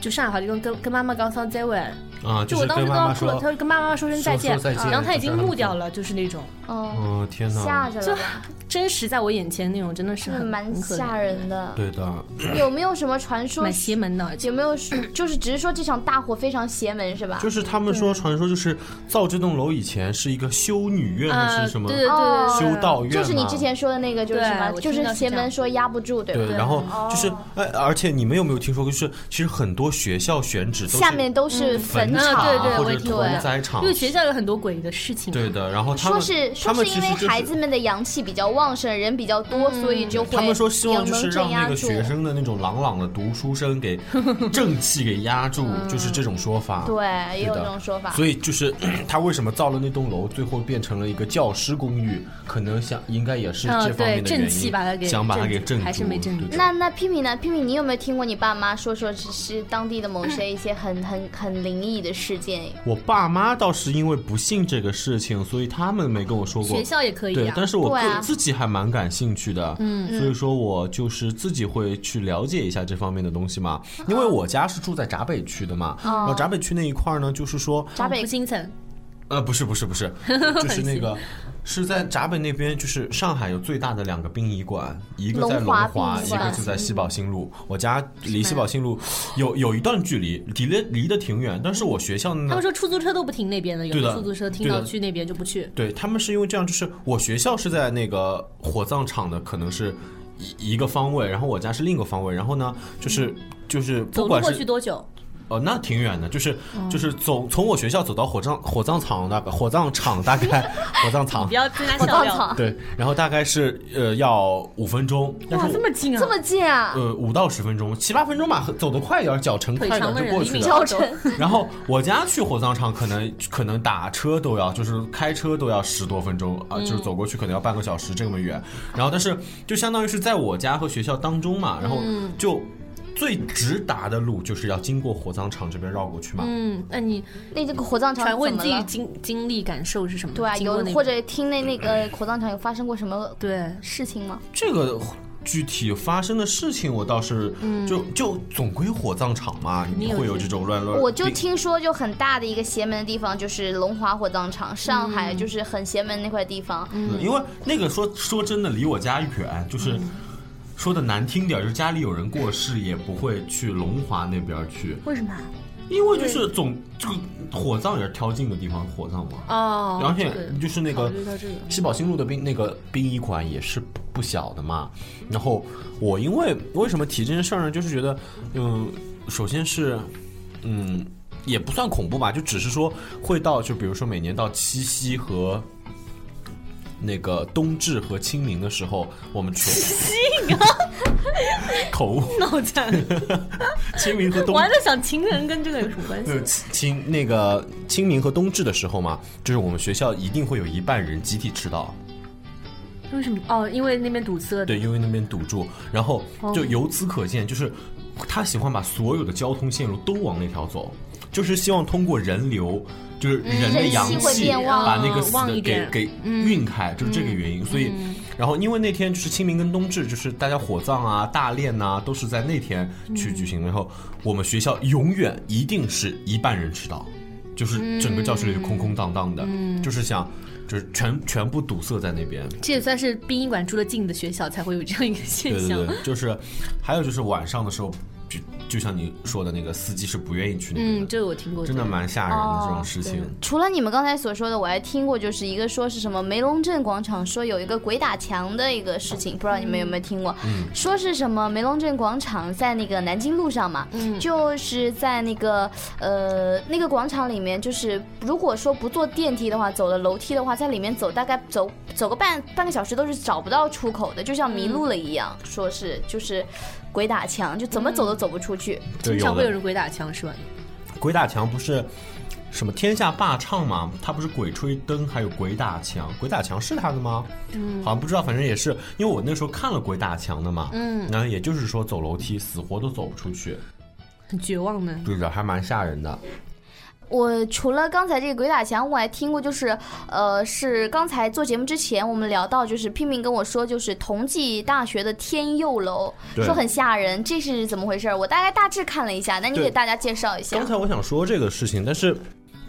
[SPEAKER 3] 就上海话就跟跟跟妈妈刚上再问，
[SPEAKER 1] 啊，就
[SPEAKER 3] 就我
[SPEAKER 1] 是
[SPEAKER 3] 当
[SPEAKER 1] 跟
[SPEAKER 3] 时都
[SPEAKER 1] 妈
[SPEAKER 3] 要
[SPEAKER 1] 妈
[SPEAKER 3] 哭了，
[SPEAKER 1] 说
[SPEAKER 3] 他，就跟妈妈说声再见，
[SPEAKER 1] 说说再见
[SPEAKER 3] 然后他已
[SPEAKER 1] 就
[SPEAKER 3] 经
[SPEAKER 1] 是很
[SPEAKER 3] 木掉了，就是那种
[SPEAKER 2] 哦，
[SPEAKER 1] 嗯，天哪，
[SPEAKER 2] 吓着了吧，
[SPEAKER 3] 真实在我眼前那种，真的是
[SPEAKER 2] 真的
[SPEAKER 3] 很
[SPEAKER 2] 嗯蛮
[SPEAKER 3] 很可怜
[SPEAKER 2] 吓人的。
[SPEAKER 1] 对的，
[SPEAKER 2] 有没有什么传说
[SPEAKER 3] 蛮？邪门的。
[SPEAKER 2] 有没有是就是只是说这场大火非常邪门是吧？
[SPEAKER 1] 就是他们说传说就是造这栋楼以前是一个修女院还
[SPEAKER 3] 啊，
[SPEAKER 1] 是什么
[SPEAKER 3] 对对
[SPEAKER 2] 哦
[SPEAKER 3] 对对
[SPEAKER 1] 修道院嘛，啊
[SPEAKER 2] 就是你之前说的那个，就是
[SPEAKER 3] 对
[SPEAKER 2] 什么，
[SPEAKER 3] 我
[SPEAKER 2] 就
[SPEAKER 3] 听到
[SPEAKER 2] 是
[SPEAKER 3] 是
[SPEAKER 2] 邪
[SPEAKER 3] 这
[SPEAKER 2] 门
[SPEAKER 3] 样
[SPEAKER 2] 说压不住，对吧？
[SPEAKER 1] 对，然后
[SPEAKER 3] 哦
[SPEAKER 1] 就是哎，而且你们有没有听说过，就是其实很多学校选址都是
[SPEAKER 2] 下面都是坟
[SPEAKER 1] 嗯
[SPEAKER 2] 场，
[SPEAKER 3] 啊，对对，
[SPEAKER 1] 或
[SPEAKER 3] 我也
[SPEAKER 1] 者
[SPEAKER 3] 听过
[SPEAKER 1] 屠宰场
[SPEAKER 3] 因为学校有很多诡异的事情。
[SPEAKER 1] 对，的，然后他
[SPEAKER 2] 说
[SPEAKER 1] 们
[SPEAKER 2] 是
[SPEAKER 1] 他
[SPEAKER 2] 说
[SPEAKER 1] 们
[SPEAKER 2] 是
[SPEAKER 1] 其
[SPEAKER 2] 因为
[SPEAKER 1] 实就是
[SPEAKER 2] 孩子们的阳气比较旺盛，人比较多，所
[SPEAKER 3] 嗯
[SPEAKER 2] 以就会
[SPEAKER 1] 他们说希望就是让那
[SPEAKER 2] 阳能
[SPEAKER 1] 个
[SPEAKER 2] 镇压
[SPEAKER 1] 学
[SPEAKER 2] 住。
[SPEAKER 1] 生的那种朗朗的读书声 给正气给压住，
[SPEAKER 3] 嗯
[SPEAKER 1] 就是这种说法。
[SPEAKER 2] 对，也有
[SPEAKER 1] 对的
[SPEAKER 2] 这种说法。
[SPEAKER 1] 所以就是 他为什么造了那栋楼，最后变成了一个教师公寓，可能想应该也是
[SPEAKER 3] 嗯
[SPEAKER 1] 这方面的原
[SPEAKER 3] 对
[SPEAKER 1] 因，
[SPEAKER 3] 正气把它给
[SPEAKER 1] 想把它
[SPEAKER 3] 镇
[SPEAKER 1] 给
[SPEAKER 3] 住
[SPEAKER 1] 镇住，
[SPEAKER 3] 还是没镇
[SPEAKER 1] 对
[SPEAKER 3] 住
[SPEAKER 1] 的
[SPEAKER 2] 那那批评呢？批评，你有没有听过你爸妈说说是是当地的某些一些很很很灵异的事
[SPEAKER 3] 嗯
[SPEAKER 2] 件。
[SPEAKER 1] 我爸妈倒是因为不信这个事情，所以他们没跟我说过。
[SPEAKER 3] 学校也可以、啊，
[SPEAKER 1] 对，但是我个、
[SPEAKER 2] 对啊
[SPEAKER 1] 自己还蛮感兴趣的，嗯，所以说我就是自己会去了解一下这方面的东西嘛。因为我家是住在闸北区的嘛，然后闸北区那一块儿呢，就是说，
[SPEAKER 2] 闸北
[SPEAKER 3] 不清层，
[SPEAKER 1] 呃，不是不是不是，就是那个是在闸北那边，就是上海有最大的两个殡仪馆，一个在
[SPEAKER 2] 龙
[SPEAKER 1] 龙
[SPEAKER 2] 华
[SPEAKER 1] 华，
[SPEAKER 2] 殡仪
[SPEAKER 1] 一
[SPEAKER 2] 馆
[SPEAKER 1] 个就在西宝新路。我家离西宝新路有有一段距离，离得离得挺远，但是我学校
[SPEAKER 3] 他
[SPEAKER 1] 呢
[SPEAKER 3] 们，说出租车都不停那边的，有
[SPEAKER 1] 对
[SPEAKER 3] 的
[SPEAKER 1] 的
[SPEAKER 3] 出租车听
[SPEAKER 1] 对
[SPEAKER 3] 到
[SPEAKER 1] 的
[SPEAKER 3] 去那边就不去。
[SPEAKER 1] 对他们是因为这样，就是我学校是在那个火葬场的，可能是一一个方位，然后我家是另一个方位，然后呢，就是就是
[SPEAKER 3] 嗯走
[SPEAKER 1] 不
[SPEAKER 3] 路
[SPEAKER 1] 管
[SPEAKER 3] 过去哦
[SPEAKER 1] 是
[SPEAKER 3] 多久？
[SPEAKER 1] 哦，那挺远的，就是就是走从我学校走到火葬火葬场大概火葬场大 概火葬场
[SPEAKER 3] 不。要跟他
[SPEAKER 2] 我
[SPEAKER 3] 笑
[SPEAKER 2] 稻
[SPEAKER 3] 料。
[SPEAKER 2] 草
[SPEAKER 1] 对，然后大概是呃要五分钟，但是我
[SPEAKER 3] 么近
[SPEAKER 2] 这么 近啊，
[SPEAKER 1] 呃五到十分钟，七八分钟吧，走得快一点，脚程快
[SPEAKER 3] 腿
[SPEAKER 1] 一点
[SPEAKER 3] 长的
[SPEAKER 1] 就
[SPEAKER 3] 人
[SPEAKER 1] 过
[SPEAKER 3] 一
[SPEAKER 1] 去
[SPEAKER 3] 米
[SPEAKER 1] 了。
[SPEAKER 2] 脚
[SPEAKER 3] 高
[SPEAKER 2] 程
[SPEAKER 1] 然后我家去火葬场，可能可能打车都要，就是开车都要十多分钟啊，就是走过去可能要半个小时这么远。然后但是就相当于是在我家和学校当中嘛，然后就最直达的路就是要经过火葬场这边绕过去嘛。
[SPEAKER 3] 嗯，那你
[SPEAKER 2] 那这个火葬场
[SPEAKER 3] 传闻
[SPEAKER 2] 怎么
[SPEAKER 3] 自己
[SPEAKER 2] 了
[SPEAKER 3] 经经历感受是什么？
[SPEAKER 2] 对啊，
[SPEAKER 3] 经过
[SPEAKER 2] 有
[SPEAKER 3] 那
[SPEAKER 2] 或者听那那个火葬场有发生过什么
[SPEAKER 3] 对，
[SPEAKER 2] 事情吗？
[SPEAKER 1] 这个具体发生的事情，我倒是就就总归火葬场嘛，
[SPEAKER 3] 定
[SPEAKER 1] 你
[SPEAKER 3] 有
[SPEAKER 1] 会有
[SPEAKER 3] 这
[SPEAKER 1] 这种乱乱。
[SPEAKER 2] 我就听说，就很大的一个邪门的地方，就是龙华火葬场，上海就是很邪门那块地方。
[SPEAKER 1] 嗯因为那个说说真的，离我家远，就是说的难听点儿，就是家里有人过世，也不会去龙华那边儿去，
[SPEAKER 3] 为什
[SPEAKER 2] 啊
[SPEAKER 3] 么？
[SPEAKER 1] 因为就是总这个火葬也是挑近的地方火葬嘛。
[SPEAKER 3] 哦，
[SPEAKER 1] 而且
[SPEAKER 3] 这个
[SPEAKER 1] 就是那
[SPEAKER 3] 考
[SPEAKER 1] 个
[SPEAKER 3] 虑到 这个
[SPEAKER 1] 西宝新路的殡那个殡仪馆也是不不小的嘛。然后我因为为什么提这件事儿呢？就是觉得，嗯，首先是，嗯，也不算恐怖吧，就只是说会到，就比如说每年到七夕和。那个冬至和清明的时候，我们全
[SPEAKER 3] 啊
[SPEAKER 1] 口误，
[SPEAKER 3] 脑残，
[SPEAKER 1] 清明和冬
[SPEAKER 3] 我还在想情人跟这个有什么关系？
[SPEAKER 1] 对，清那个清明和冬至的时候嘛，就是我们学校一定会有一半人集体迟到，
[SPEAKER 3] 为什么？哦，因为那边堵塞。
[SPEAKER 1] 对，因为那边堵住，然后
[SPEAKER 2] 哦
[SPEAKER 1] 就由此可见，就是他喜欢把所有的交通线路都往那条走，就是希望通过人流，就是人的
[SPEAKER 2] 人
[SPEAKER 1] 阳
[SPEAKER 2] 气会
[SPEAKER 1] 气
[SPEAKER 2] 变旺嗯
[SPEAKER 1] 把那个死
[SPEAKER 3] 旺一
[SPEAKER 1] 的给
[SPEAKER 3] 点
[SPEAKER 1] 给运开，就是这个原因。所以，然后因为那天就是清明跟冬至，就是大家火葬啊、大殓呐、都是在那天
[SPEAKER 2] 嗯
[SPEAKER 1] 去举行的。然后我们学校永远一定是一半人迟到，就是整个教室里空空荡荡的，
[SPEAKER 2] 嗯
[SPEAKER 1] 就是想就是全全部堵塞在那边。
[SPEAKER 3] 这也算是殡仪馆住得近的学校才会有这样一个现
[SPEAKER 1] 对
[SPEAKER 3] 象
[SPEAKER 1] 对。对，就是还有就是晚上的时候，就就像你说的那个司机是不愿意去那边
[SPEAKER 3] 嗯，哦
[SPEAKER 1] 的，
[SPEAKER 3] 这个我听过。
[SPEAKER 1] 真的蛮吓人的这种事情。
[SPEAKER 2] 除了你们刚才所说的，我还听过，就是一个说是什么梅龙镇广场说有一个鬼打墙的一个事情，不知道你们有没有听过？说是什么梅龙镇广场在那个南京路上嘛，就是在那个呃那个广场里面，就是如果说不坐电梯的话，走了楼梯的话，在里面走大概走走个半半个小时都是找不到出口的，就像迷路了一样，说是就是鬼打墙，就怎么走都走不出去。
[SPEAKER 1] 对，
[SPEAKER 3] 经常
[SPEAKER 1] 有
[SPEAKER 3] 会有
[SPEAKER 1] 的
[SPEAKER 3] 人鬼打墙是吧？
[SPEAKER 1] 鬼打墙不是什么天下霸唱吗？他不是鬼吹灯，还有鬼打墙。鬼打墙是他的吗？
[SPEAKER 3] 嗯
[SPEAKER 1] 好像不知道，反正也是，因为我那时候看了鬼打墙的嘛。
[SPEAKER 3] 嗯，
[SPEAKER 1] 然后也就是说走楼梯死活都走不出去，
[SPEAKER 3] 很绝望的。
[SPEAKER 1] 对的，还蛮吓人的。
[SPEAKER 2] 我除了刚才这个鬼打墙，我还听过，就是呃，是刚才做节目之前，我们聊到，就是拼命跟我说，就是同济大学的天佑楼，
[SPEAKER 1] 对
[SPEAKER 2] 说很吓人，这是怎么回事儿？我大概大致看了一下，那你
[SPEAKER 1] 对
[SPEAKER 2] 给大家介绍一下
[SPEAKER 1] 刚。才我想说这个事情，但是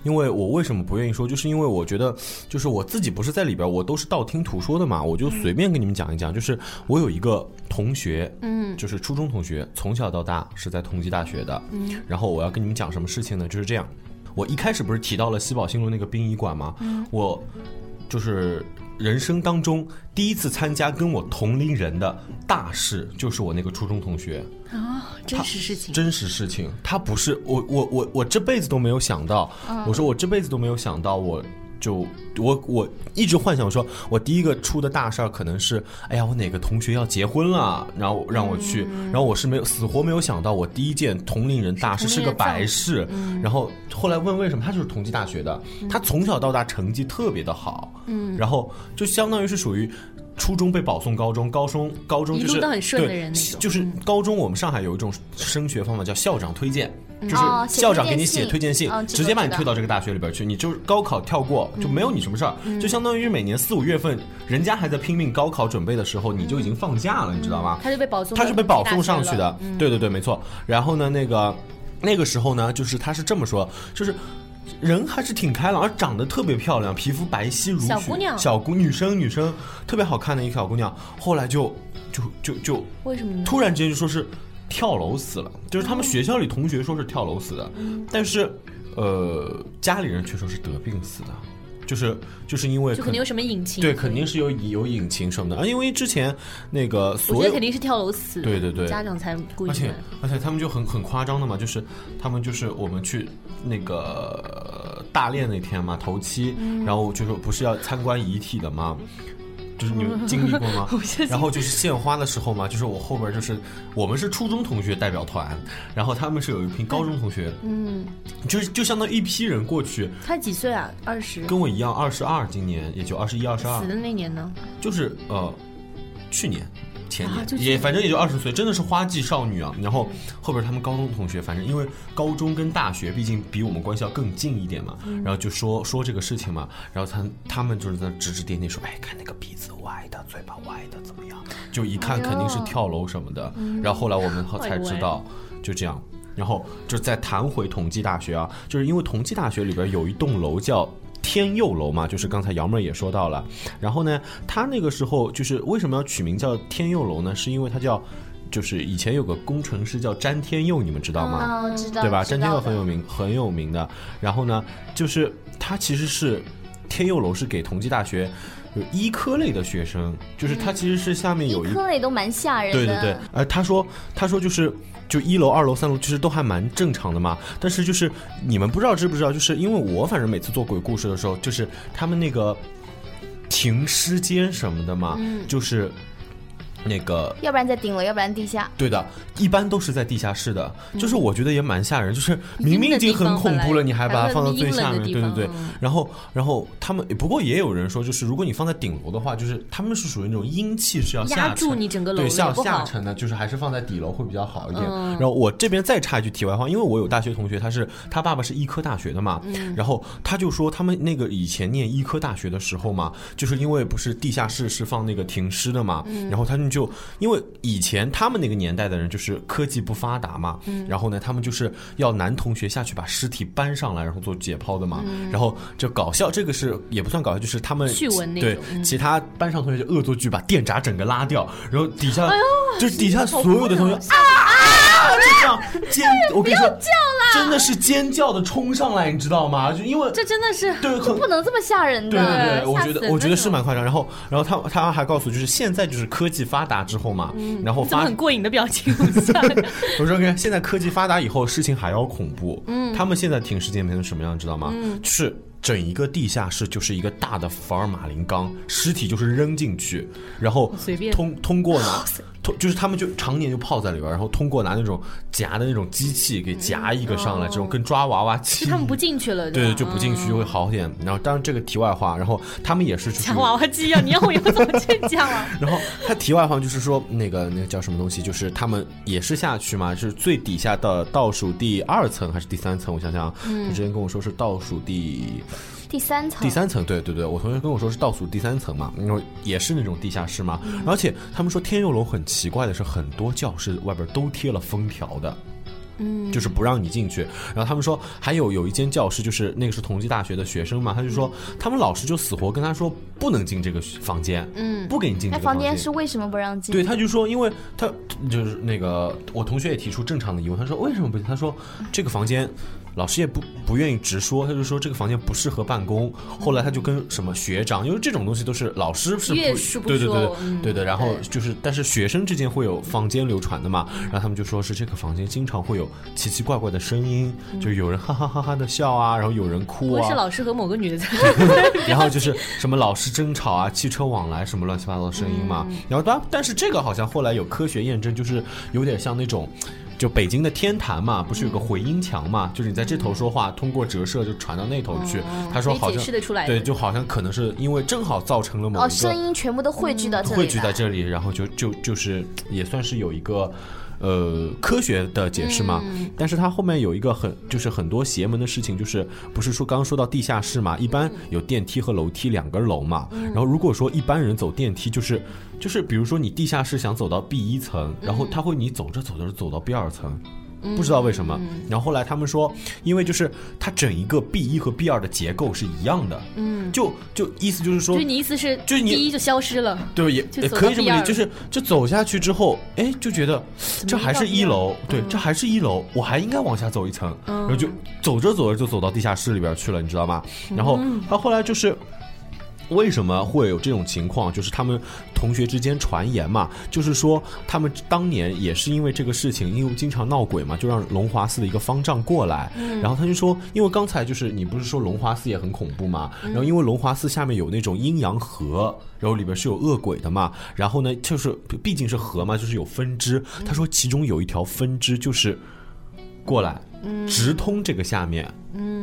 [SPEAKER 1] 因为我为什么不愿意说，就是因为我觉得，就是我自己不是在里边，我都是道听途说的嘛，我就随便跟你们讲一讲。就是我有一个同学，嗯，就是初中同学，从小到大是在同济大学的，嗯，然后我要跟你们讲什么事情呢？就是这样，我一开始不是提到了西宝新路那个殡仪馆吗？我就是人生当中第一次参加跟我同龄人的大事，就是我那个初中同学，
[SPEAKER 3] 真实事情。
[SPEAKER 1] 真实事情，他不是我我我我这辈子都没有想到，我说我这辈子都没有想到我。就我我一直幻想说，我第一个出的大事儿可能是，哎呀，我哪个同学要结婚了，然后让我去，然后我是没有死活没有想到，我第一件同龄人嗯大事是个白事，然后后来问为什么，他就是同济大学的，他从小到大成绩特别的好，嗯嗯，然后就相当于是属于初中被保送高中，高中高中
[SPEAKER 3] 一
[SPEAKER 1] 就
[SPEAKER 3] 路
[SPEAKER 1] 是
[SPEAKER 3] 都很顺的
[SPEAKER 1] 对
[SPEAKER 2] 嗯
[SPEAKER 3] 人那种
[SPEAKER 1] 就是高中我们上海有一种升学方法叫校长推荐，就是
[SPEAKER 2] 哦写
[SPEAKER 1] 校长
[SPEAKER 2] 推
[SPEAKER 1] 给
[SPEAKER 2] 荐
[SPEAKER 1] 你写
[SPEAKER 2] 信
[SPEAKER 1] 推荐信
[SPEAKER 2] 哦，这个
[SPEAKER 1] 直接把
[SPEAKER 2] 知
[SPEAKER 1] 你
[SPEAKER 2] 道
[SPEAKER 1] 推到这个大学里边去，你就是高考跳过就没有你什么事儿，
[SPEAKER 2] 嗯
[SPEAKER 1] 就相当于每年四五月份，人家还在拼命高考准备的时候，你就已经放假了，你知道吗？
[SPEAKER 3] 他就被保送，
[SPEAKER 1] 他是被保送上去的。。对
[SPEAKER 3] 嗯
[SPEAKER 1] 对对，没错。然后呢，那个那个时候呢，就是他是这么说，就是。人还是挺开朗，而长得特别漂亮，皮肤白皙如雪，
[SPEAKER 3] 小姑娘
[SPEAKER 1] 小姑女生女生特别好看的一个小姑娘。后来就就就就
[SPEAKER 3] 为什么呢？
[SPEAKER 1] 突然之间就说是跳楼死了，就是他们
[SPEAKER 3] 嗯
[SPEAKER 1] 学校里同学说是跳楼死的，但是呃家里人却说是得病死的，就是就是因为
[SPEAKER 3] 就肯定有什么隐情。
[SPEAKER 1] 对肯定是有有隐情什么的啊，因为之前那个
[SPEAKER 3] 我
[SPEAKER 1] 所
[SPEAKER 3] 觉得
[SPEAKER 1] 有
[SPEAKER 3] 肯定是跳楼死，
[SPEAKER 1] 对对对
[SPEAKER 3] 家长才故
[SPEAKER 1] 而
[SPEAKER 3] 意
[SPEAKER 1] 且
[SPEAKER 3] 的。
[SPEAKER 1] 而且他们就很很夸张的嘛，就是他们就是我们去那个呃大练那天嘛，头七，
[SPEAKER 3] 嗯
[SPEAKER 1] 然后就是不是要参观遗体的吗？就是你们经历过 吗？然后就是献花的时候嘛，就是我后边就是我们是初中同学代表团，然后他们是有一批高中同学，
[SPEAKER 3] 嗯，
[SPEAKER 1] 就是就相当于一批人过去，
[SPEAKER 3] 他几岁啊？二十。
[SPEAKER 1] 跟我一样二十二，今年也就二十一、二十二
[SPEAKER 3] 死，的那年呢？
[SPEAKER 1] 就是呃，去年。前年、
[SPEAKER 3] 啊就去
[SPEAKER 1] 也反正也就二十岁，真的是花季少女啊。然后后边他们高中同学，反正因为高中跟大学毕竟比我们关系要更近一点嘛，然后就说说这个事情嘛，然后他他们就是在指指点点说，哎，看那个鼻子歪的，嘴巴歪的怎么样？就一看肯定是跳楼什么的。然后后来我们
[SPEAKER 3] 哎呦
[SPEAKER 1] 才知
[SPEAKER 3] 喂
[SPEAKER 1] 道，就这样。然后就再谈回同济大学啊，就是因为同济大学里边有一栋楼叫天佑楼嘛，就是刚才姚妹儿也说到了。然后呢，它那个时候就是为什么要取名叫天佑楼呢？是因为它叫，就是以前有个工程师叫詹天佑，你们知道吗？
[SPEAKER 2] 哦，知道，
[SPEAKER 1] 对吧？
[SPEAKER 2] 知
[SPEAKER 1] 詹天佑
[SPEAKER 2] 道
[SPEAKER 1] 很有
[SPEAKER 2] 的
[SPEAKER 1] 名，很有名的。然后呢，就是他其实是天佑楼是给同济大学有医科类的学生，就是
[SPEAKER 2] 嗯
[SPEAKER 1] 他其实是下面有一
[SPEAKER 2] 医科类都蛮吓人的。
[SPEAKER 1] 对对对，呃，他说他说就是就一楼、二楼、三楼其实都还蛮正常的嘛，但是就是你们不知道知不知道，就是因为我反正每次做鬼故事的时候，就是他们那个停尸间什么的嘛，
[SPEAKER 3] 嗯
[SPEAKER 1] 就是那个
[SPEAKER 2] 要不然在顶楼，要不然地下。
[SPEAKER 1] 对的，一般都是在地下室的，就是我觉得也蛮吓人，就是明
[SPEAKER 3] 阴
[SPEAKER 1] 明
[SPEAKER 3] 嗯的
[SPEAKER 1] 已经
[SPEAKER 3] 地
[SPEAKER 1] 很
[SPEAKER 3] 方
[SPEAKER 1] 恐
[SPEAKER 3] 本
[SPEAKER 1] 怖
[SPEAKER 3] 来
[SPEAKER 1] 了，你还
[SPEAKER 3] 还
[SPEAKER 1] 把它
[SPEAKER 3] 会
[SPEAKER 1] 放到
[SPEAKER 3] 阴
[SPEAKER 1] 最
[SPEAKER 3] 冷
[SPEAKER 1] 下
[SPEAKER 3] 的
[SPEAKER 1] 面，
[SPEAKER 3] 地
[SPEAKER 1] 对对对
[SPEAKER 3] 方嗯。
[SPEAKER 1] 然后，然后他们不过也有人说，就是如果你放在顶楼的话，就是他们是属于那种阴气是要下
[SPEAKER 3] 压住
[SPEAKER 1] 沉
[SPEAKER 3] 你整个楼
[SPEAKER 1] 对，
[SPEAKER 3] 了
[SPEAKER 1] 下
[SPEAKER 3] 不
[SPEAKER 1] 下
[SPEAKER 3] 好
[SPEAKER 1] 沉的，就是还是放在底楼会比较好一点。
[SPEAKER 3] 嗯
[SPEAKER 1] 然后我这边再插一句题外话，因为我有大学同学，他是他爸爸是医科大学的嘛，
[SPEAKER 3] 嗯
[SPEAKER 1] 然后他就说他们那个以前念医科大学的时候嘛，就是因为不是地下室是放那个停尸的嘛，
[SPEAKER 3] 嗯
[SPEAKER 1] 然后他们就因为以前他们那个年代的人就是科技不发达嘛，
[SPEAKER 3] 嗯
[SPEAKER 1] 然后呢，他们就是要男同学下去把尸体搬上来，然后做解剖的嘛，
[SPEAKER 3] 嗯
[SPEAKER 1] 然后就搞笑，这个是也不算搞笑，就是他们
[SPEAKER 3] 趣闻那
[SPEAKER 1] 对
[SPEAKER 3] 种嗯
[SPEAKER 1] 其他班上同学就恶作剧把电闸整个拉掉，然后底
[SPEAKER 3] 哎
[SPEAKER 1] 下、就是底下所有的同学啊啊，就这样
[SPEAKER 3] 哎
[SPEAKER 1] 尖，我跟你说，真的是尖叫的冲上来，你知道吗？就因为
[SPEAKER 3] 这真的是
[SPEAKER 1] 对很
[SPEAKER 2] 不能这么吓人
[SPEAKER 1] 对
[SPEAKER 2] 的，
[SPEAKER 1] 对对，
[SPEAKER 3] 吓
[SPEAKER 1] 我觉
[SPEAKER 3] 死
[SPEAKER 1] 得我觉
[SPEAKER 3] 那
[SPEAKER 1] 得是
[SPEAKER 3] 种
[SPEAKER 1] 蛮夸张。然后然后他他还告诉我，就是现在就是科技发达之后嘛，然后
[SPEAKER 3] 嗯怎么
[SPEAKER 1] 发
[SPEAKER 3] 很过瘾的 表情？我吓得
[SPEAKER 1] 我说看现在科技发达以后，事情还要恐怖。嗯，他们现在停尸间变成什么样，你知道吗？嗯，就是。整一个地下室就是一个大的福尔马林缸，尸体就是扔进去，然后
[SPEAKER 3] 随便
[SPEAKER 1] 通通过拿，通就是他们就常年就泡在里边，然后通过拿那种夹的那种机器给夹一个上来，这种跟抓娃娃机
[SPEAKER 3] 就嗯哦 他们不嗯进去了，
[SPEAKER 1] 对，
[SPEAKER 3] 吧
[SPEAKER 1] 就不进去就会好点。然后，当然这个题外话，然后他们也是就是
[SPEAKER 3] 夹娃娃机啊！你让我以后怎么去夹啊？
[SPEAKER 1] 然后他题外话就是说，那个那个叫什么东西，就是他们也是下去嘛，是最底下的倒数第二层还是第三层？我想想啊，
[SPEAKER 2] 嗯
[SPEAKER 1] 你之前跟我说是倒数第
[SPEAKER 2] 第三层，
[SPEAKER 1] 第三层，对对对，我同学跟我说是倒数第三层嘛，然后也是那种地下室嘛，
[SPEAKER 2] 嗯
[SPEAKER 1] 而且他们说天佑楼很奇怪的是，很多教室外边都贴了封条的。嗯，就是不让你进去。然后他们说，还有有一间教室，就是那个是同济大学的学生嘛，他就说，
[SPEAKER 2] 嗯
[SPEAKER 1] 他们老师就死活跟他说不能进这个房间，嗯，不给你进这
[SPEAKER 2] 那
[SPEAKER 1] 个房
[SPEAKER 2] 哎房
[SPEAKER 1] 间
[SPEAKER 2] 间。是为什么不让进？
[SPEAKER 1] 对，他就说，因为他就是那个我同学也提出正常的疑问，他说为什么不行？他说
[SPEAKER 3] 嗯
[SPEAKER 1] 这个房间。老师也不不愿意直说，他就说这个房间不适合办公。后来他就跟什么学长，因为这种东西都是老师是
[SPEAKER 3] 越是不
[SPEAKER 1] 对对对对
[SPEAKER 3] 说嗯
[SPEAKER 1] 对的。然后就是，但是学生之间会有房间流传的嘛，然后他们就说是这个房间经常会有奇奇怪怪的声音，
[SPEAKER 3] 嗯
[SPEAKER 1] 就有人哈哈哈哈的笑啊，然后有人哭
[SPEAKER 3] 不
[SPEAKER 1] 啊。
[SPEAKER 3] 会是老师和某个女的在？
[SPEAKER 1] 然后就是什么老师争吵啊、汽车往来什么乱七八糟的声音嘛。然后当但是这个好像后来有科学验证，就是有点像那种。就北京的天坛嘛，不是有个回音墙嘛？就是你在这头说话，通过折射就传到那头去。他说
[SPEAKER 3] 可以
[SPEAKER 1] 好
[SPEAKER 3] 解
[SPEAKER 1] 像
[SPEAKER 3] 释得出来
[SPEAKER 1] 对，就好像可能是因为正好造成了某
[SPEAKER 2] 哦，
[SPEAKER 1] 一个嗯
[SPEAKER 2] 声音全部都汇聚到这里，嗯
[SPEAKER 1] 汇聚在。这里，然后就就就是也算是有一个呃科学的解释嘛。
[SPEAKER 2] 嗯
[SPEAKER 1] 但是它后面有一个很就是很多邪门的事情，就是不是说刚刚说到地下室嘛，一
[SPEAKER 2] 嗯
[SPEAKER 1] 般有电梯和楼梯两根楼嘛。然后如果说一般人走电梯，就是就是比如说你地下室想走到 B 一层，然
[SPEAKER 2] 嗯
[SPEAKER 1] 后他会你走着走着走到 B 二层。不知道为什么。
[SPEAKER 2] 嗯
[SPEAKER 1] 然后后来他们说，因为就是它整一个 B 一和 B 二的结构是一样的，嗯，就就意思就是说
[SPEAKER 3] 就，你意思是，
[SPEAKER 1] 就是你
[SPEAKER 3] 第一就消 失了，
[SPEAKER 1] 对，也
[SPEAKER 3] 就
[SPEAKER 1] 也
[SPEAKER 3] 走
[SPEAKER 1] 可
[SPEAKER 3] 到
[SPEAKER 1] 以这
[SPEAKER 3] B
[SPEAKER 1] 么理
[SPEAKER 3] 二了
[SPEAKER 1] 解，就是就走下去之后，哎，就觉得这
[SPEAKER 3] 没
[SPEAKER 1] 还
[SPEAKER 3] 到
[SPEAKER 1] 是
[SPEAKER 3] B
[SPEAKER 1] 一
[SPEAKER 3] 二
[SPEAKER 1] 楼，对，
[SPEAKER 3] 嗯
[SPEAKER 1] 这还是一楼，我还应该往下走一层，然后就走着走着就走到地下室里边去了，你知道吗？然后
[SPEAKER 3] 嗯
[SPEAKER 1] 他后来就是。为什么会有这种情况？就是他们同学之间传言嘛，就是说他们当年也是因为这个事情，因为经常闹鬼嘛，就让龙华寺的一个方丈过来，然后他就说，因为刚才就是你不是说龙华寺也很恐怖嘛，然后因为龙华寺下面有那种阴阳河，然后里边是有恶鬼的嘛，然后呢，就是毕竟是河嘛，就是有分支，他说其中有一条分支就是过来，
[SPEAKER 3] 嗯
[SPEAKER 1] 直通这个下面，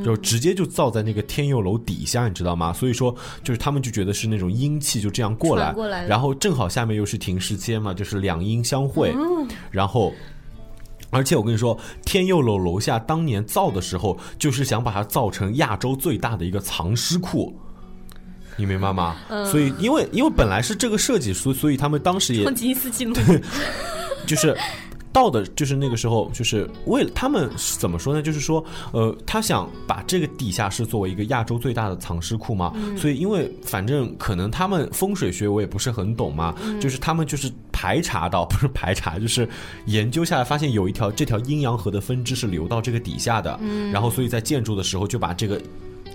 [SPEAKER 1] 就直接就造在那个天佑楼底下，你知道吗？所以说，就是他们就觉得是那种阴气就这样过来，
[SPEAKER 3] 传过来了
[SPEAKER 1] 然后正好下面又是停尸街嘛，就是两阴相会，
[SPEAKER 3] 嗯
[SPEAKER 1] 然后。而且我跟你说，天佑楼楼下当年造的时候，就是想把它造成亚洲最大的一个藏尸库，你明白吗？
[SPEAKER 3] 嗯
[SPEAKER 1] 所以，因为因为本来是这个设计，所以所以他们当时也
[SPEAKER 3] 创吉尼斯纪录，
[SPEAKER 1] 就是到的，就是那个时候，就是为了他们是怎么说呢？就是说，呃，他想把这个地下室作为一个亚洲最大的藏尸库嘛，
[SPEAKER 3] 嗯
[SPEAKER 1] 所以因为反正可能他们风水学我也不是很懂嘛，
[SPEAKER 3] 嗯
[SPEAKER 1] 就是他们就是排查到，不是排查，就是研究下来发现有一条这条阴阳河的分支是流到这个底下的，
[SPEAKER 3] 嗯
[SPEAKER 1] 然后所以在建筑的时候就把这个。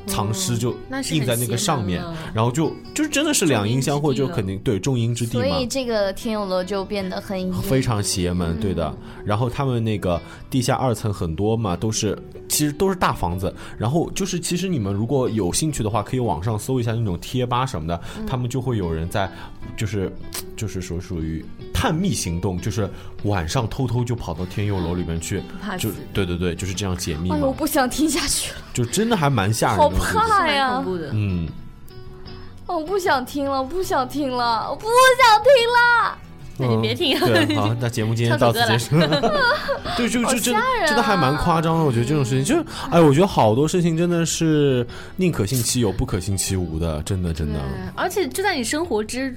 [SPEAKER 1] 藏尸就
[SPEAKER 3] 哦那是
[SPEAKER 1] 印
[SPEAKER 3] 很啊
[SPEAKER 1] 在那个
[SPEAKER 3] 邪
[SPEAKER 1] 上
[SPEAKER 3] 门
[SPEAKER 1] 面
[SPEAKER 3] 了，
[SPEAKER 1] 然后就就真的是两
[SPEAKER 3] 重
[SPEAKER 1] 阴
[SPEAKER 3] 阴
[SPEAKER 1] 相
[SPEAKER 3] 之
[SPEAKER 1] 会，
[SPEAKER 3] 地
[SPEAKER 1] 就
[SPEAKER 3] 了
[SPEAKER 1] 肯定对重阴之地嘛。
[SPEAKER 2] 所以这个天佑楼就变得很阴
[SPEAKER 1] 非常邪门，
[SPEAKER 2] 嗯
[SPEAKER 1] 对的。然后他们那个地下二层很多嘛，都是其实都是大房子。然后就是，其实你们如果有兴趣的话，可以网上搜一下那种贴吧什么的，
[SPEAKER 2] 嗯
[SPEAKER 1] 他们就会有人在，就是就是说属于探秘行动，就是晚上偷偷就跑到天佑楼里面去
[SPEAKER 3] 怕，
[SPEAKER 1] 就
[SPEAKER 3] 死
[SPEAKER 1] 对对对，就是这样解密
[SPEAKER 2] 哎呦，我
[SPEAKER 1] 嘛，
[SPEAKER 2] 不想听下去了，
[SPEAKER 1] 就真的还蛮吓人的。
[SPEAKER 2] 好
[SPEAKER 1] 我觉得
[SPEAKER 2] 怕
[SPEAKER 3] 蛮
[SPEAKER 2] 呀
[SPEAKER 3] 恐！怖的。
[SPEAKER 1] 嗯，
[SPEAKER 2] 哦我不想听了，我不想听了，我不想听了。
[SPEAKER 3] 那 你别听啊
[SPEAKER 1] 嗯对，好，那节目今天到此结束。 对，就
[SPEAKER 2] 好
[SPEAKER 1] 就
[SPEAKER 2] 吓
[SPEAKER 1] 真
[SPEAKER 2] 人
[SPEAKER 1] 的
[SPEAKER 2] 啊
[SPEAKER 1] 真的还蛮夸张的，我觉得这种事情就是，哎，我觉得好多事情真的是宁可信其有，不可信其无的，真的真的。
[SPEAKER 3] 嗯而且就在你生活之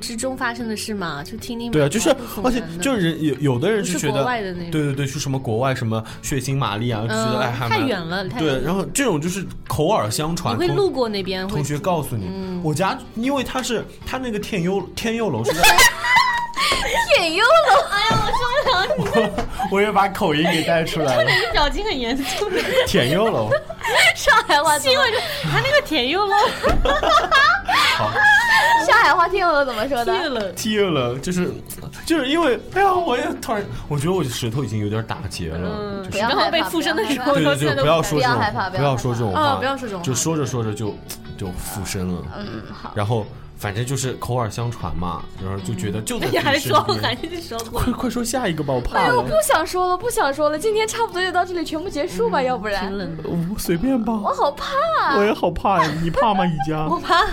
[SPEAKER 3] 之中发生的事嘛，就听听
[SPEAKER 1] 对啊，就是
[SPEAKER 3] 蛮不，
[SPEAKER 1] 而
[SPEAKER 3] 可
[SPEAKER 1] 且
[SPEAKER 3] 能的
[SPEAKER 1] 就是人有有的人
[SPEAKER 3] 不是
[SPEAKER 1] 就觉
[SPEAKER 3] 国
[SPEAKER 1] 得
[SPEAKER 3] 外的那，种
[SPEAKER 1] 对对对，去什么国外什么血腥玛丽啊，就觉得哎
[SPEAKER 3] 嗯，
[SPEAKER 1] 还
[SPEAKER 3] 太
[SPEAKER 1] 蛮
[SPEAKER 3] 远了，太远
[SPEAKER 1] 对，
[SPEAKER 3] 了
[SPEAKER 1] 然后这种就是口耳相
[SPEAKER 3] 你
[SPEAKER 1] 传，
[SPEAKER 3] 会嗯
[SPEAKER 1] 同
[SPEAKER 3] 路过那边，会
[SPEAKER 1] 同学告诉你，我家因为他是他那个天佑天佑楼是在，
[SPEAKER 2] 天佑楼，
[SPEAKER 1] 哎我也把口音给带出来 了，
[SPEAKER 3] 表情很严肃，
[SPEAKER 1] 天佑楼。
[SPEAKER 2] 上海话怎么，
[SPEAKER 3] 他那个甜又了，
[SPEAKER 2] 上海话天佑楼怎么说的？
[SPEAKER 3] 去了。
[SPEAKER 1] 贴了，就是就是因为，哎呀，我也突然，我觉得我的舌头已经有点打结了，
[SPEAKER 3] 嗯
[SPEAKER 1] 就
[SPEAKER 2] 不
[SPEAKER 1] 是
[SPEAKER 2] 要
[SPEAKER 3] 然后被附身的时候，
[SPEAKER 1] 对对对，不要说这
[SPEAKER 2] 不
[SPEAKER 1] 种
[SPEAKER 2] 要害怕，
[SPEAKER 1] 不要说这种
[SPEAKER 3] 怕
[SPEAKER 1] 话，
[SPEAKER 3] 哦不要说这种话
[SPEAKER 1] 就说着说着就就附身了，
[SPEAKER 2] 嗯，好，
[SPEAKER 1] 然后反正就是口耳相传嘛，然后就觉得 就在
[SPEAKER 3] 你嗯还
[SPEAKER 1] 自己
[SPEAKER 3] 说，
[SPEAKER 1] 身边
[SPEAKER 3] 还是说过。
[SPEAKER 1] 快快说下一个吧，我怕
[SPEAKER 2] 哎呦，我
[SPEAKER 1] 了
[SPEAKER 2] 不，想说了，不想说了，今天差不多就到这里，全部结束
[SPEAKER 1] 嗯
[SPEAKER 2] 吧，要不然
[SPEAKER 3] 挺冷的，
[SPEAKER 1] 我随便吧，
[SPEAKER 2] 我好怕啊。
[SPEAKER 1] 我也好怕呀，你怕吗？宜家，
[SPEAKER 3] 我怕，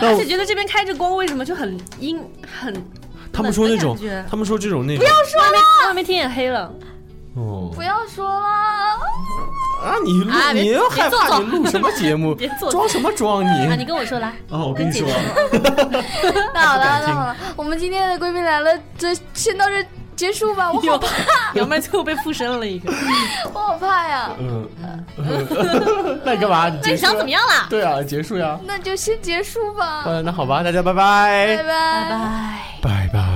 [SPEAKER 1] 那
[SPEAKER 3] 而
[SPEAKER 1] 我
[SPEAKER 3] 且觉得这边开着光，为什么就很阴，很
[SPEAKER 1] 他们说那种
[SPEAKER 3] 冷的感觉，
[SPEAKER 1] 他们说这种那种，
[SPEAKER 3] 外面外面天也黑了，
[SPEAKER 1] 哦
[SPEAKER 2] 不要说了，
[SPEAKER 1] 啊，你录
[SPEAKER 3] 啊别
[SPEAKER 1] 你又害
[SPEAKER 3] 别做
[SPEAKER 1] 怕，
[SPEAKER 3] 作
[SPEAKER 1] 你录什么节目
[SPEAKER 3] 别做作？
[SPEAKER 1] 装什么装
[SPEAKER 3] 啊，你
[SPEAKER 1] 你？
[SPEAKER 3] 跟我说来，
[SPEAKER 1] 啊，我跟你
[SPEAKER 3] 跟姐
[SPEAKER 1] 说
[SPEAKER 3] 姐。
[SPEAKER 2] 那好了，
[SPEAKER 1] 敢
[SPEAKER 2] 那
[SPEAKER 1] 听
[SPEAKER 2] 好了，我们今天的贵宾来了，这先到这结束吧，我好怕，
[SPEAKER 3] 有没有最后被附身了一个？
[SPEAKER 2] 我好怕呀。
[SPEAKER 1] 嗯， 那你干嘛？你
[SPEAKER 3] 那
[SPEAKER 1] 结
[SPEAKER 3] 你
[SPEAKER 1] 束
[SPEAKER 3] 想怎么？样啦？
[SPEAKER 1] 对啊，结束呀。呃
[SPEAKER 2] 那就先结束吧，
[SPEAKER 1] 嗯，那好吧，大家拜拜，
[SPEAKER 2] 拜
[SPEAKER 3] 拜。
[SPEAKER 1] 拜拜。